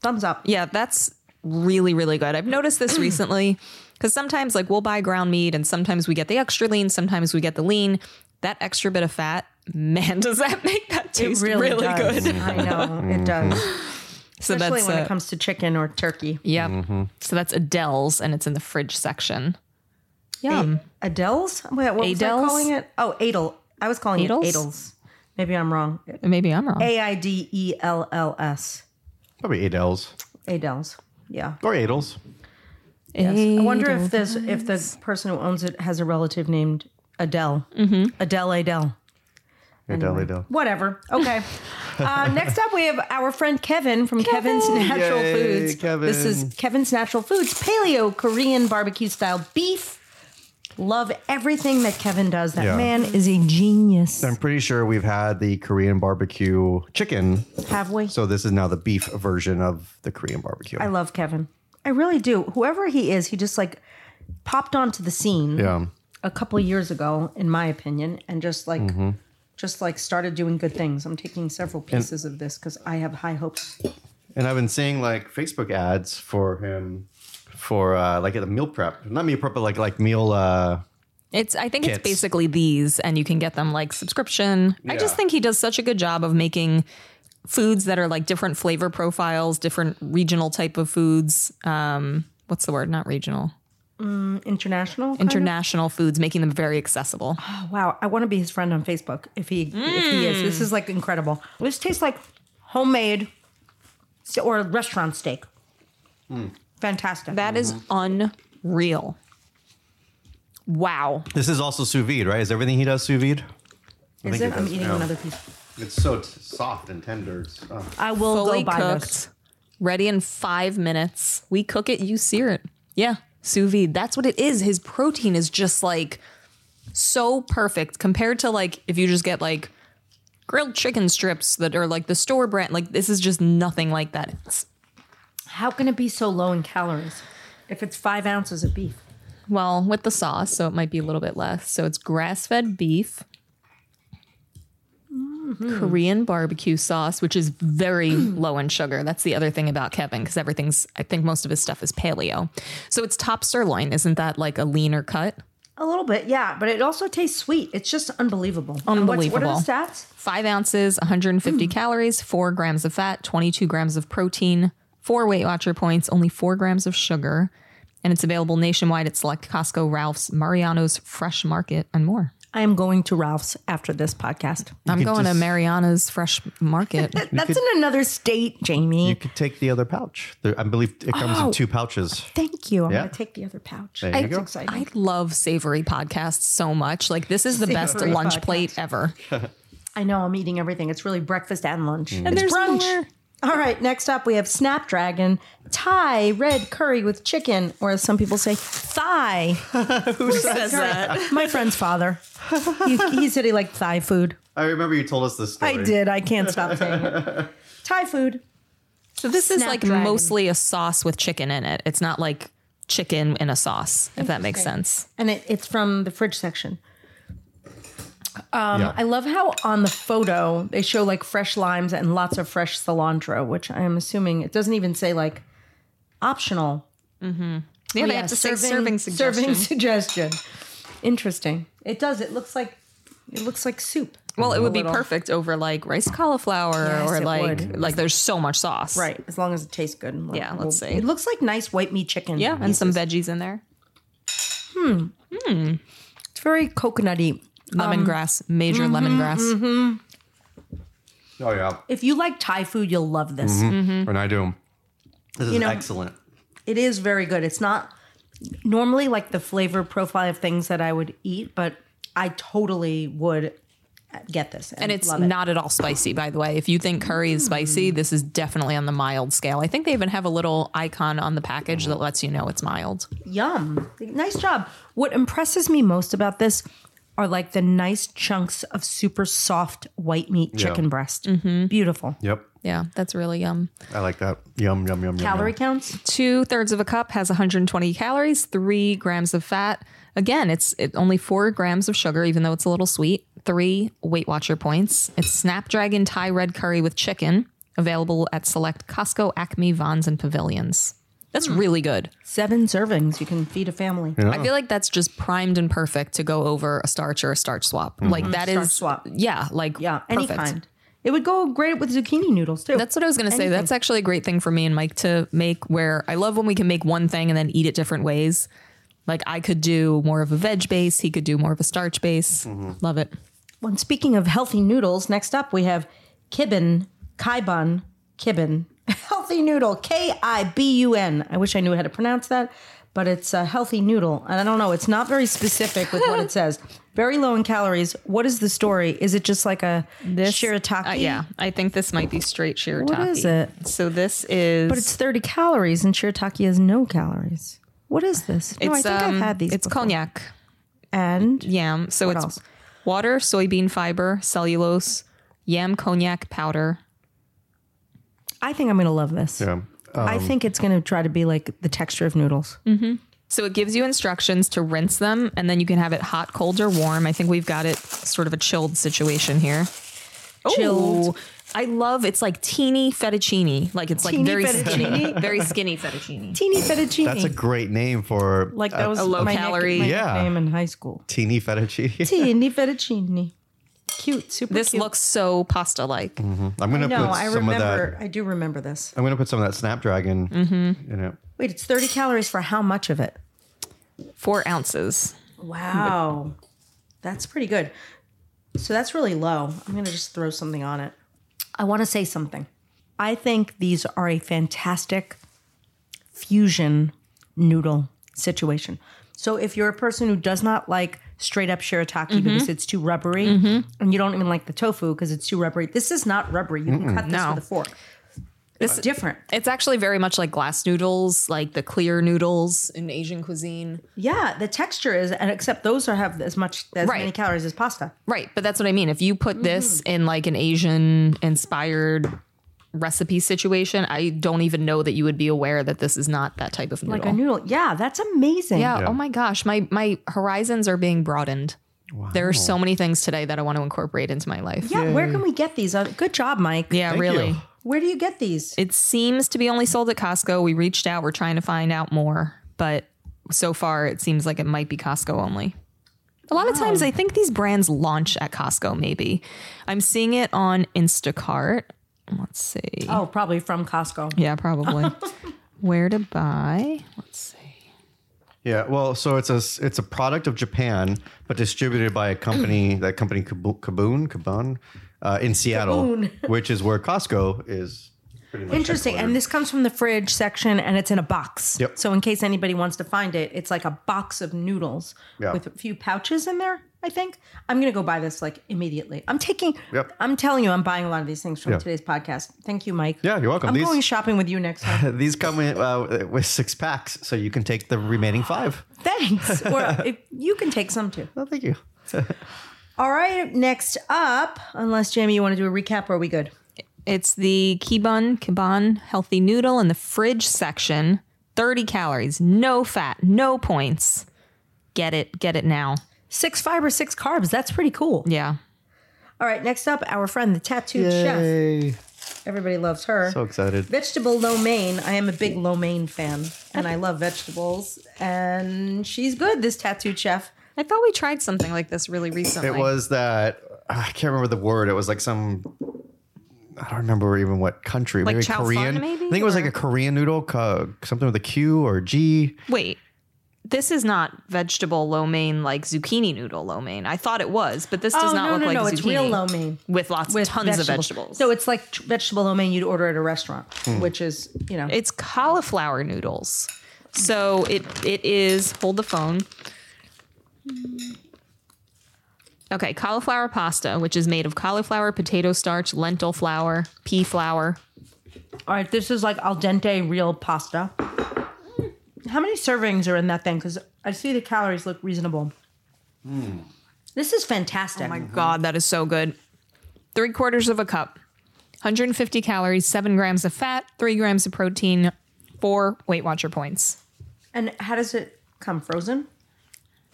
A: Thumbs up.
C: Yeah, that's really, really good. I've noticed this recently because sometimes, like, we'll buy ground meat and sometimes we get the extra lean, sometimes we get the lean. That extra bit of fat, man, does that make that taste really,
A: does.
C: good?
A: I know it does,
C: So
A: especially when
C: uh,
A: it comes to chicken or turkey.
C: Yep.
D: Mm-hmm.
C: So that's Adele's, and it's in the fridge section. Yum.
A: Adele's. Wait, what was I
C: Adele's?
A: calling it? Oh, Adel. I was calling
C: Adels?
A: it Adels. Maybe I'm wrong.
C: Maybe I'm wrong.
A: A I D E L L S.
D: probably Adels
A: Adels. Yeah.
D: or Adels.
A: I wonder if this if the person who owns it has a relative named Adele.
C: Mm-hmm.
A: Adele Adele.
D: Adele, Adele.
A: Whatever. Okay. uh, next up, we have our friend Kevin from Kevin's Natural
D: Yay,
A: Foods.
D: Kevin.
A: This is Kevin's Natural Foods Paleo Korean barbecue style beef. Love everything that Kevin does. That
D: Yeah.
A: man is a genius.
D: I'm pretty sure we've had the Korean barbecue chicken,
A: Have we?
D: so this is now the beef version of the Korean barbecue.
A: I love Kevin. I really do. Whoever he is, he just like popped onto the scene.
D: yeah,
A: a couple years ago, in my opinion, and just like
D: Mm-hmm.
A: just like started doing good things. I'm taking several pieces of this because I have high hopes.
D: and I've been seeing like Facebook ads for him for uh, like at the meal prep, not meal prep, but like like meal. Uh,
C: It's I think
D: Kits.
C: it's basically these, and you can get them like subscription. I just
D: Yeah.
C: think he does such a good job of making foods that are like different flavor profiles, different regional type of foods. Um, what's the word? Not regional.
A: international. kind of?
C: International foods, making them very accessible.
A: Wow, I want to be his friend on Facebook if he if he is. This is like incredible. This tastes like homemade s- or restaurant steak. Fantastic.
C: That is
D: Mm-hmm.
C: unreal. Wow.
D: This is also sous vide, right? Is everything he does sous vide? I
A: is it?
D: think it
A: I'm
D: is,
A: eating
D: yeah.
A: another piece.
D: It's so t- soft and tender. It's, oh.
A: I will
C: Fully
A: go buy
C: cooked,
A: this.
C: ready in five minutes. We cook it, you sear it. Yeah, sous vide. That's what it is. His protein is just like so perfect compared to like if you just get like grilled chicken strips that are like the store brand. Like this is just nothing like that. It's-
A: How can it be so low in calories if it's five ounces of beef?
C: well, with the sauce, so it might be a little bit less. So it's grass fed beef. Korean barbecue sauce, which is very low in sugar. That's the other thing about Kevin, because everything's, I think most of his stuff is paleo. So it's top sirloin. Isn't that like a leaner cut?
A: A little bit, yeah, but it also tastes sweet. It's just unbelievable. And what's-
C: Unbelievable.
A: what are the stats?
C: Five ounces, 150 calories, four grams of fat, 22 grams of protein, four Weight Watcher points, only four grams of sugar. And it's available nationwide at select Costco, Ralph's, Mariano's, Fresh Market, and more.
A: I am going to Ralph's after this podcast.
C: I'm
D: could
C: going to
D: just-
C: Mariano's Fresh Market.
A: That's in another state, Jamie.
D: You could take the other pouch. There, I believe it comes
A: Oh.
D: in two pouches.
A: Thank you. I'm
D: Yeah.
A: going to take the other pouch.
D: There you go.
A: exciting.
C: I love savory podcasts so much. Like this is the best
A: Savory
C: lunch
A: podcast.
C: plate ever.
A: I know I'm eating everything. It's really breakfast and lunch.
C: And there's
A: brunch.
C: more.
A: All right, next up we have Snapdragon Thai red curry with chicken, or as some people say, thigh.
C: Says that.
A: My friend's father. He, he said he liked Thai food.
D: I remember you told us this story.
A: I did. I can't stop saying it. Thai food.
C: So this is like
A: Snapdragon.
C: mostly a sauce with chicken in it. It's not like chicken in a sauce, if that makes sense.
A: And it, it's from the fridge section.
D: Yeah.
A: um, I love how on the photo they show like fresh limes and lots of fresh cilantro, which I am assuming it doesn't even say like optional
C: Yeah, they have to say serving suggestion.
A: Oh, Serving suggestion. Interesting. It does. It looks like it looks like soup.
C: Well, it would be perfect over like rice cauliflower
A: Yes,
C: or
A: it
C: like
A: would.
C: like there's so much sauce.
A: Right. As long as it tastes good. Like,
C: Yeah, let's
A: well,
C: see.
A: It looks like nice white meat chicken.
C: Yeah, and some veggies in there.
A: It's very coconutty.
C: Lemongrass, major lemongrass.
D: Oh yeah,
A: If you like Thai food, you'll love this.
D: and I do. This is
A: know-
D: excellent.
A: It is very good. It's not normally like the flavor profile of things that I would eat, but I totally would get this.
C: And it's
A: love it. Mm.
C: not at all spicy, by the way. If you think curry is spicy, this is definitely on the mild scale. I think they even have a little icon on the package that lets you know it's mild.
A: Yum. Nice job. What impresses me most about this are like the nice chunks of super soft white meat chicken breast.
C: Mm-hmm.
A: Beautiful.
D: Yep,
C: Yeah, that's really um, yum.
D: I like that. Yum yum yum. yum,
A: Calorie
D: Yum.
A: counts?
C: Two thirds of a cup has 120 calories, three grams of fat. Again, it's it, only four grams of sugar, even though it's a little sweet. Three Weight Watcher points. It's Snapdragon Thai red curry with chicken, available at select Costco, Acme, Vons, and Pavilions. That's
A: Mm.
C: really good.
A: Seven servings. You can feed a family.
C: I feel like that's just primed and perfect to go over a starch or a starch swap. Like that
A: Starch
C: is
A: swap.
C: Yeah, like
A: Yeah. Any
C: perfect.
A: kind. It would go great with zucchini noodles too.
C: That's what I was going to say. That's actually a great thing for me and Mike to make where I love when we can make one thing and then eat it different ways. Like I could do more of a veg base, he could do more of a starch base. Love it.
A: when speaking of healthy noodles, next up we have Kibben, Kaibun, Kibben, healthy noodle, K I B U N. I wish I knew how to pronounce that, but it's a healthy noodle. And I don't know, it's not very specific with what it says. Very low in calories. What is the story? Is it just like a shirataki?
C: Uh, yeah, I think this might be straight shirataki.
A: is it?
C: So this is
A: But it's 30 calories and shirataki has no calories. What is this? No, I think I've
C: um,
A: had these.
C: It's
A: before.
C: cognac
A: And
C: yam. So it's
A: else?
C: water, soybean fiber, cellulose, yam cognac powder.
A: I think I'm going to love this.
D: Yeah.
A: I think it's going to try to be like the texture of noodles.
C: So it gives you instructions to rinse them, and then you can have it hot, cold, or warm. I think we've got it sort of a chilled situation here.
A: Chilled.
C: Oh, I love it's like teeny fettuccine, like it's
A: Teeny
C: like very
A: fettuccine?
C: skinny, very skinny fettuccine.
A: Teeny fettuccine.
D: That's a great name for
A: Like that was
C: low
A: my Nick,
C: calorie-
A: my
D: Yeah.
A: nickname in high school.
D: teeny fettuccine.
A: Teeny fettuccine. Cute, super
C: This
A: cute.
C: looks so pasta-like.
D: I'm gonna
A: No,
D: put
A: I
D: some of that.
A: remember. Mm-hmm. I do remember this.
D: I'm gonna put some of that snapdragon in it.
A: Wait, it's 30 calories for how much of it?
C: Four ounces.
A: Wow. That's pretty good. So that's really low. I'm going to just throw something on it. I want to say something. I think these are a fantastic fusion noodle situation. So if you're a person who does not like straight up shirataki
C: Mm-hmm.
A: because it's too rubbery and you don't even like the tofu because it's too rubbery, this is not rubbery. You can cut this
C: No.
A: with a fork. It's different.
C: It's actually very much like glass noodles, like the clear noodles in Asian cuisine.
A: Yeah, the texture is, and except those are have as much as
C: Right.
A: many calories as pasta.
C: Right, but that's what I mean. If you put this
A: Mm-hmm.
C: in like an Asian inspired recipe situation, I don't even know that you would be aware that this is not that type of noodle.
A: Like a noodle. Yeah, that's amazing.
C: yeah, Oh my gosh, my my horizons are being broadened. There are so many things today that I want to incorporate into my life.
A: Yeah, where can we get these? Uh, good job, Mike.
C: Yeah, really.
D: you.
A: Where do you get these?
C: It seems to be only sold at Costco. We reached out, we're trying to find out more, but so far it seems like it might be Costco only. A lot of times I think these brands launch at Costco maybe. I'm seeing it on Instacart. Let's see.
A: oh, probably from Costco.
C: Yeah, probably. Where to buy? Let's see.
D: Yeah, well, so it's a it's a product of Japan, but distributed by a company that company Kabu- Kaboon Kaboon uh, in Seattle, which is where Costco is. pretty much
A: Interesting. And
D: headquartered.
A: this comes from the fridge section and it's in a box.
D: Yep.
A: So, in case anybody wants to find it, it's like a box of noodles
D: Yeah.
A: with a few pouches in there, I think. I'm going to go buy this like immediately. I'm taking,
D: Yep.
A: I'm telling you, I'm buying a lot of these things from
D: Yeah.
A: today's podcast. Thank you, Mike.
D: Yeah, you're welcome.
A: I'm
D: These-
A: going shopping with you next time.
D: these come in, uh, with six packs, so you can take the remaining five.
A: Thanks. Or if you can take some too.
D: Oh, thank you.
A: All right. Next up, unless Jamie, you want to do a recap, or are we good?
C: It's the Kibon Kibon healthy noodle in the fridge section. 30 calories, no fat, no points. Get it, get it now.
A: Six fiber, six carbs. That's pretty cool.
C: Yeah.
A: All right, next up, our friend, the tattooed chef.
D: Yay!
A: Everybody loves her.
D: So excited.
A: Vegetable lo mein. I am a big lo mein fan, and I love vegetables. And she's good, this tattooed chef.
C: I thought we tried something like this really recently.
D: It was that I can't remember the word. It was like some I don't remember even what country.
C: Like
D: maybe
C: chow fun,
D: Korean.
C: maybe,
D: I think it was
C: or-
D: like a Korean noodle, co- something with a Q or G.
C: Wait. This is not vegetable lo mein like zucchini noodle lo mein. I thought it was, but this does
A: Oh,
C: not
A: no,
C: look
A: no,
C: like
A: no,
C: zucchini.
A: it's real lo mein.
C: with lots
A: with
C: tons of vegetables.
A: So it's like tr- vegetable lo mein you'd order at a restaurant,
D: Hmm.
A: which is, you know,
C: it's cauliflower noodles. So it it is hold the phone. Okay, cauliflower pasta, which is made of cauliflower, potato starch, lentil flour, pea flour.
A: all right, this is like al dente real pasta. How many servings are in that thing? Because I see the calories look reasonable.
D: Hmm.
A: Oh This is fantastic.
D: Mm-hmm.
C: God, that is so good. Three quarters of a cup, 150 calories, seven grams of fat, three grams of protein, four Weight Watcher points.
A: And how does it come frozen?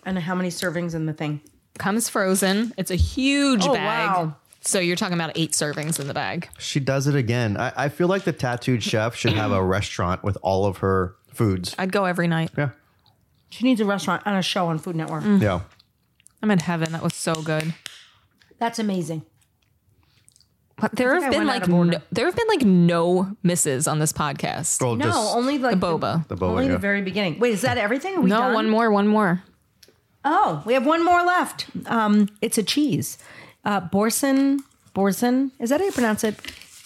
A: And how many servings in the thing?
C: Comes frozen. It's a huge
A: Oh,
C: bag.
A: wow.
C: So you're talking about eight servings in the bag.
D: She does it again. I, I feel like the tattooed chef should have a restaurant with all of her foods.
C: I'd go every night.
D: Yeah.
A: She needs a restaurant and a show on Food Network.
C: Mm.
D: Yeah.
C: I'm in heaven. That was so good.
A: That's amazing.
C: But there have
A: went
C: been like
A: out of order.
C: no, there have been like no misses on this podcast.
D: Well,
A: No,
D: just
A: only like the
C: Boba.
D: the boa,
A: only
D: yeah.
A: the very beginning. Wait, is that everything? Are we
C: no,
A: done?
C: one more, one more.
A: Oh, we have one more left. Um, it's a cheese. Uh, Borson, Borson. Is that how you pronounce it?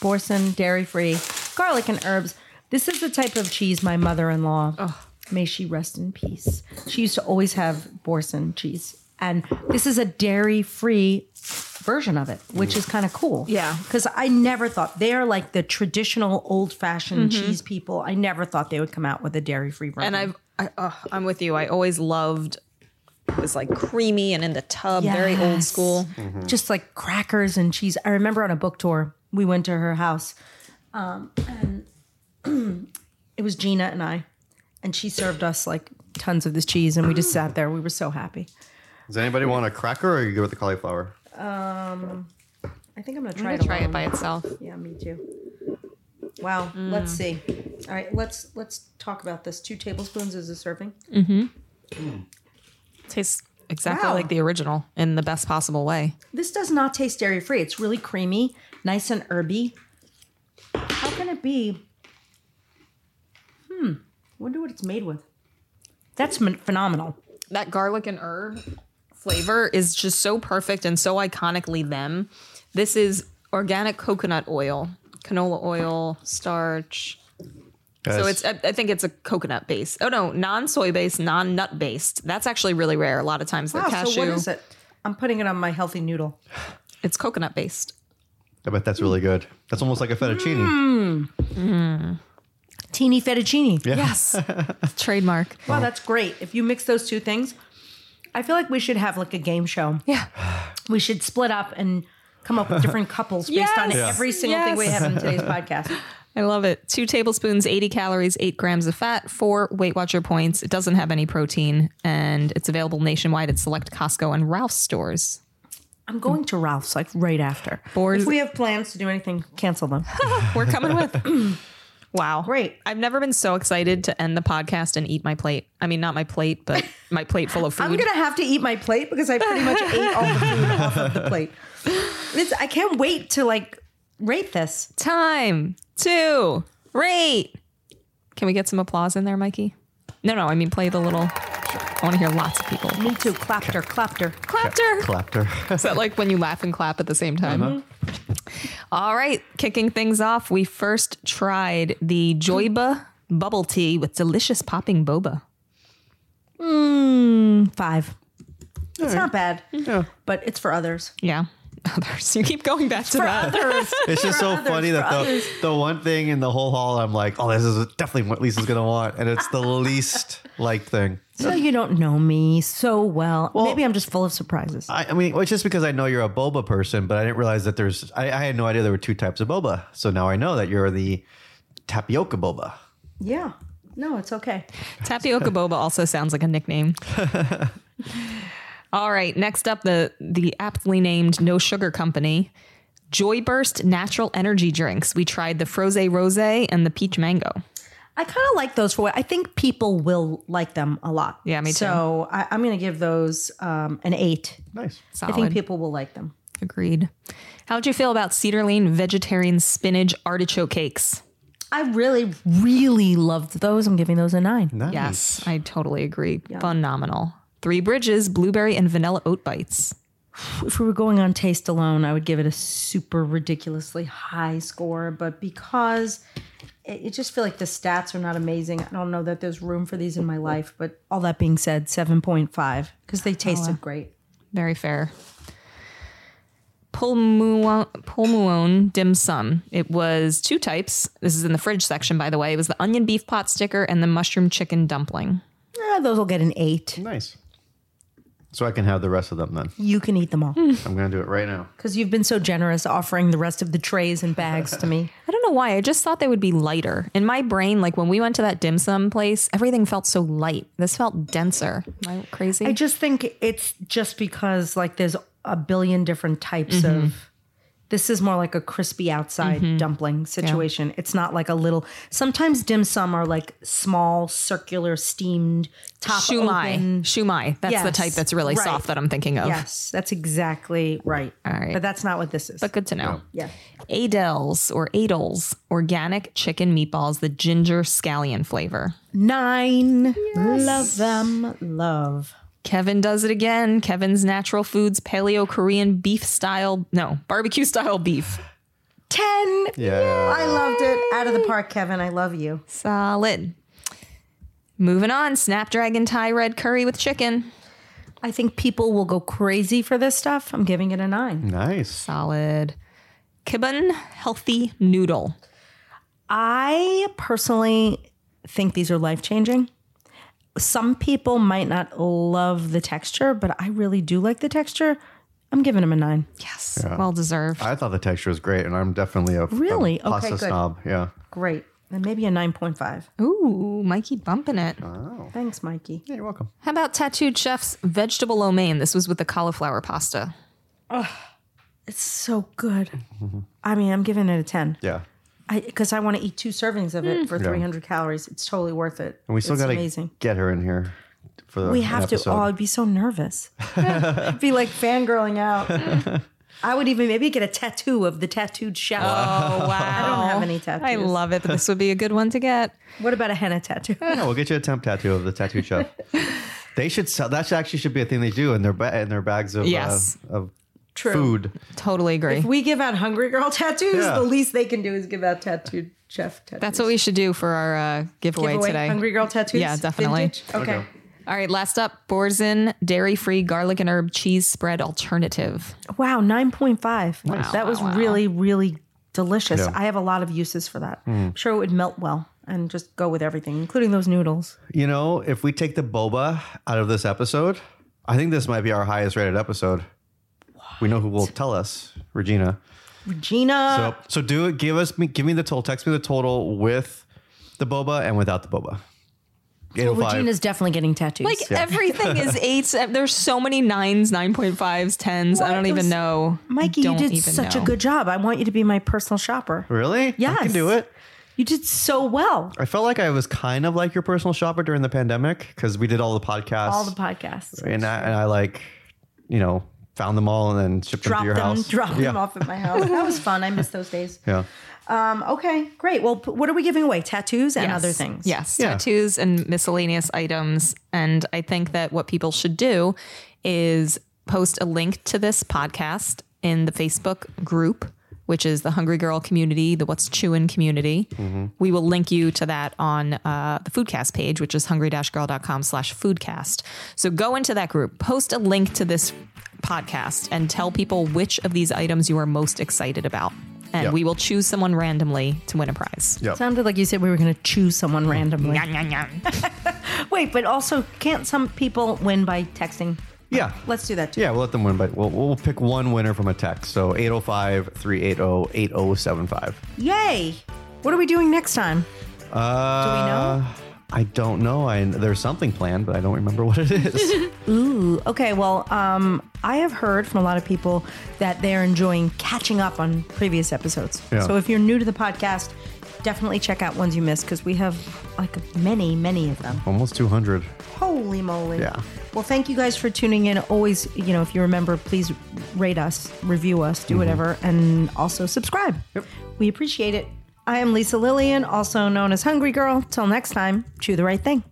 A: Borson, dairy free, garlic and herbs. This is the type of cheese my mother in law, may she rest in peace. She used to always have Borson cheese. And this is a dairy free version of it, which is kind of cool.
C: Yeah.
A: Because I never thought they are like the traditional old fashioned cheese people. I never thought they would come out with a dairy free version.
C: Mm-hmm. And I've I, uh, I'm with you. I always loved it was like creamy and in the tub, very old
A: Yes.
C: school.
A: just like crackers and cheese. I remember on a book tour, we went to her house, um, and it was Gina and I, and she served us like tons of this cheese, and we just sat there. We were so happy.
D: Does anybody want a cracker or are you good with the cauliflower?
A: I think I'm gonna try,
C: I'd
A: it,
C: try it
A: alone.
C: by itself.
A: Yeah, me too. Wow.
C: Mm.
A: Let's see. All right, let's let's talk about this. Two tablespoons is a serving.
C: tastes exactly
A: Wow.
C: like the original in the best possible way.
A: This does not taste dairy free. It's really creamy, nice and herby. How can it be? Hmm. Wonder what it's made with. That's men- phenomenal.
C: that garlic and herb flavor is just so perfect and so iconically them. This is organic coconut oil, canola oil, starch. So it's I I think it's a coconut base. Oh no, non-soy based, non-nut based. That's actually really rare. A lot of times they're
J: Wow,
C: cashew.
J: so what is it?
A: I'm putting it on my healthy noodle.
C: It's coconut based.
D: I bet that's really good. That's almost like a fettuccine.
C: Mm.
A: Teeny fettuccine.
C: Yes. Trademark.
A: Wow, that's great. If you mix those two things, I feel like we should have like a game show.
C: Yeah.
A: We should split up and come up with different couples based on
C: Yes.
A: every single thing we
C: Yes.
A: have in today's podcast.
C: I love it. Two tablespoons, 80 calories, eight grams of fat, four Weight Watcher points. It doesn't have any protein and it's available nationwide at select Costco and Ralph's stores.
A: I'm going to Ralph's like right after.
C: Boards-
A: If we have plans to do anything, cancel them.
C: We're coming with. wow.
A: Great.
C: I've never been so excited to end the podcast and eat my plate. I mean, not my plate, but my plate full of food.
J: I'm gonna have to eat my plate because I pretty much ate all the food off of the plate. It's, I can't wait to like
A: Rate this.
C: Time to rate. Can we get some applause in there, Mikey? No, no. I mean, play the little. I want to hear lots of people.
A: Me too. Clapter, clapter.
C: Clapter.
D: Clapter.
C: Is that like when you laugh and clap at the same time? Mm-hmm. All right, kicking things off, we first tried the Joyba bubble tea with delicious popping boba. Hmm,
A: Five.
J: it's not bad, but it's for others.
C: Yeah. Others. You keep going back to that.
D: It's just so funny that the, the one thing in the whole hall I'm like, oh, this is definitely what Lisa's gonna want, and it's the least like thing.
A: So you don't know me so well. Maybe I'm just full of surprises.
D: I, I mean, well, it's just because I know you're a boba person, but I didn't realize that there's. I, I had no idea there were two types of boba, so now I know that you're the tapioca boba.
J: Yeah, no, it's okay.
C: Tapioca boba also sounds like a nickname. All right, next up the the aptly named No Sugar Company, Joyburst natural energy drinks. We tried the Froze Rose and the Peach Mango.
A: I kind of like those for. I think people will like them a lot.
C: Yeah, me too.
J: So I, I'm gonna give those um, an eight.
D: Nice.
C: Solid.
J: I think people will like them.
C: Agreed. How'd you feel about Cedar Lane vegetarian spinach artichoke cakes?
A: I really, really loved those. I'm giving those a nine.
D: Nice.
C: Yes, I totally agree. Phenomenal. Three Bridges blueberry and vanilla oat bites.
A: If we were going on taste alone, I would give it a super ridiculously high score. But because
J: I I just feel like the stats are not amazing. I don't know that there's room for these in my life, but
A: all that being said, 7.5 because they tasted great.
C: Very fair. Pulmuon, Pulmuon dim sum. It was two types. This is in the fridge section, by the way. It was the onion beef pot sticker and the mushroom chicken dumpling.
A: Eh, those will get an eight.
D: Nice. So I can have the rest of them then.
A: You can eat them all
D: I'm gonna do it right now.
A: because you've been so generous offering the rest of the trays and bags to me.
C: I don't know why. I just thought they would be lighter. In my brain, like when we went to that dim sum place, everything felt so light. This felt denser. Am I crazy?
A: I just think it's just because like there's a billion different types
C: Mm-hmm.
A: of this is more like a crispy outside dumpling situation. It's not like a little sometimes dim sum are like small circular steamed top
C: Shumai.
A: open.
C: Shumai. That's the
A: Yes.
C: type that's really
A: Right.
C: soft that I'm thinking of.
A: Yes, that's exactly right. All
C: right.
A: But that's not what this is.
C: But good to know.
A: yeah.
C: Adels or Adels, organic chicken meatballs, the ginger scallion flavor.
A: Nine. Love them. Love.
C: Kevin does it again. Kevin's Natural Foods Paleo Korean beef style, no, barbecue style beef.
A: Ten.
D: Yeah.
J: I loved it. Out of the park, Kevin. I love you.
C: Solid. Moving on, Snapdragon Thai red curry with chicken.
A: I think people will go crazy for this stuff. I'm giving it a nine.
D: Nice.
C: Solid. Kibun healthy noodle.
A: I personally think these are life changing. Some people might not love the texture, but I really do like the texture. I'm giving them a nine.
C: Yes, well deserved.
D: I thought the texture was great, and I'm definitely a
A: Really?
D: a pasta
A: Okay, good.
D: snob. Yeah.
A: Great. And maybe a 9.5.
C: Ooh, Mikey bumping it.
A: Thanks, Mikey.
D: Yeah, you're welcome.
C: How about Tattooed Chef's vegetable lo mein? This was with the cauliflower pasta.
A: It's so good. I mean, I'm giving it a 10
D: Yeah.
A: because I, want to eat two servings of it for 300 calories. It's totally worth it.
D: And we still
A: it's
D: gotta
A: amazing.
D: get her in here for the
A: We have
D: episode.
A: to. Oh, I'd be so nervous.
J: Be like fangirling out.
A: I would even maybe get a tattoo of the tattooed chef.
C: Oh wow! I
K: don't have any tattoos.
C: I love it. This would be a good one to get.
A: What about a henna tattoo?
D: Yeah, we'll get you a temp tattoo of the tattoo shop. they should sell. That should- actually should be a thing they do in their ba- in their bags of
C: Yes.
D: uh, of food.
C: Totally agree.
A: we give out hungry girl tattoos.
D: Yeah.
A: The least they can do is give out tattooed chef tattoos.
C: That's what we should do for our uh, giveaway,
A: Giveaway,
C: today.
A: Hungry girl tattoos.
C: Yeah, definitely.
A: Vintage? Okay.
C: All right, last up, Borzen dairy-free garlic and herb cheese spread alternative.
A: Wow, nine point five. That was really really delicious.
D: Yeah.
A: I have a lot of uses for that. I'm sure it would melt well and just go with everything, including those noodles.
D: You know, if we take the boba out of this episode, I think this might be our highest rated episode. We know who will tell us, Regina.
A: Gina,
D: So, so do it. Give us, me, give me the total. Text me the total with the boba and without the boba. 805.
A: Regina's definitely getting tattoos.
C: Like everything is eights. There's so many nines, nine point fives, tens. I
A: What?
C: don't
A: It
C: even
A: was-
C: know.
A: Mikey, you
C: Don't
A: did
C: even
A: such
C: know.
A: a good job. I want you to be my personal shopper.
D: Really? I
A: Yes.
D: can do it.
A: You did so well.
D: I felt like I was kind of like your personal shopper during the pandemic because we did all the podcasts.
A: All the podcasts.
D: and I, and I like, you know, found them all and then shipped them
A: Drop
D: to your
A: them,
D: house.
A: drop
D: yeah.
A: them off at my house. That was fun. I miss those days.
D: Yeah.
A: Um, okay, great. Well, p- what are we giving away? Tattoos and
C: Yes.
A: other things.
C: Yes,
D: Yeah.
C: tattoos and miscellaneous items. And I think that what people should do is post a link to this podcast in the Facebook group, which is the Hungry Girl community, the What's Chewin' community.
D: Mm-hmm.
C: We will link you to that on uh, the Foodcast page, which is hungry-girl.com slash foodcast. So go into that group, post a link to this podcast and tell people which of these items you are most excited about. And
D: Yeah.
C: we will choose someone randomly to win a prize.
D: Yeah.
A: Sounded like you said we were going to choose someone randomly.
C: Yum, yum, yum.
A: Wait, but also, can't some people win by texting?
D: Yeah.
A: Let's do that too.
D: yeah, we'll let them win, but we'll, we'll pick one winner from a text. So 805 380 8075.
A: Yay! What are we doing next time?
D: Uh, Do we
A: know?
D: I don't know. I There's something planned, but I don't remember what it is.
A: Ooh, okay. Well, um, I have heard from a lot of people that they're enjoying catching up on previous episodes.
D: Yeah.
A: So if you're new to the podcast, definitely check out ones you missed because we have like many, many of them.
D: Almost 200.
A: Holy moly.
D: Yeah.
A: Well, thank you guys for tuning in. Always, you know, if you remember, please rate us, review us, do whatever, and also subscribe. We appreciate it. I am Lisa Lillian, also known as Hungry Girl. Till next time, chew the right thing.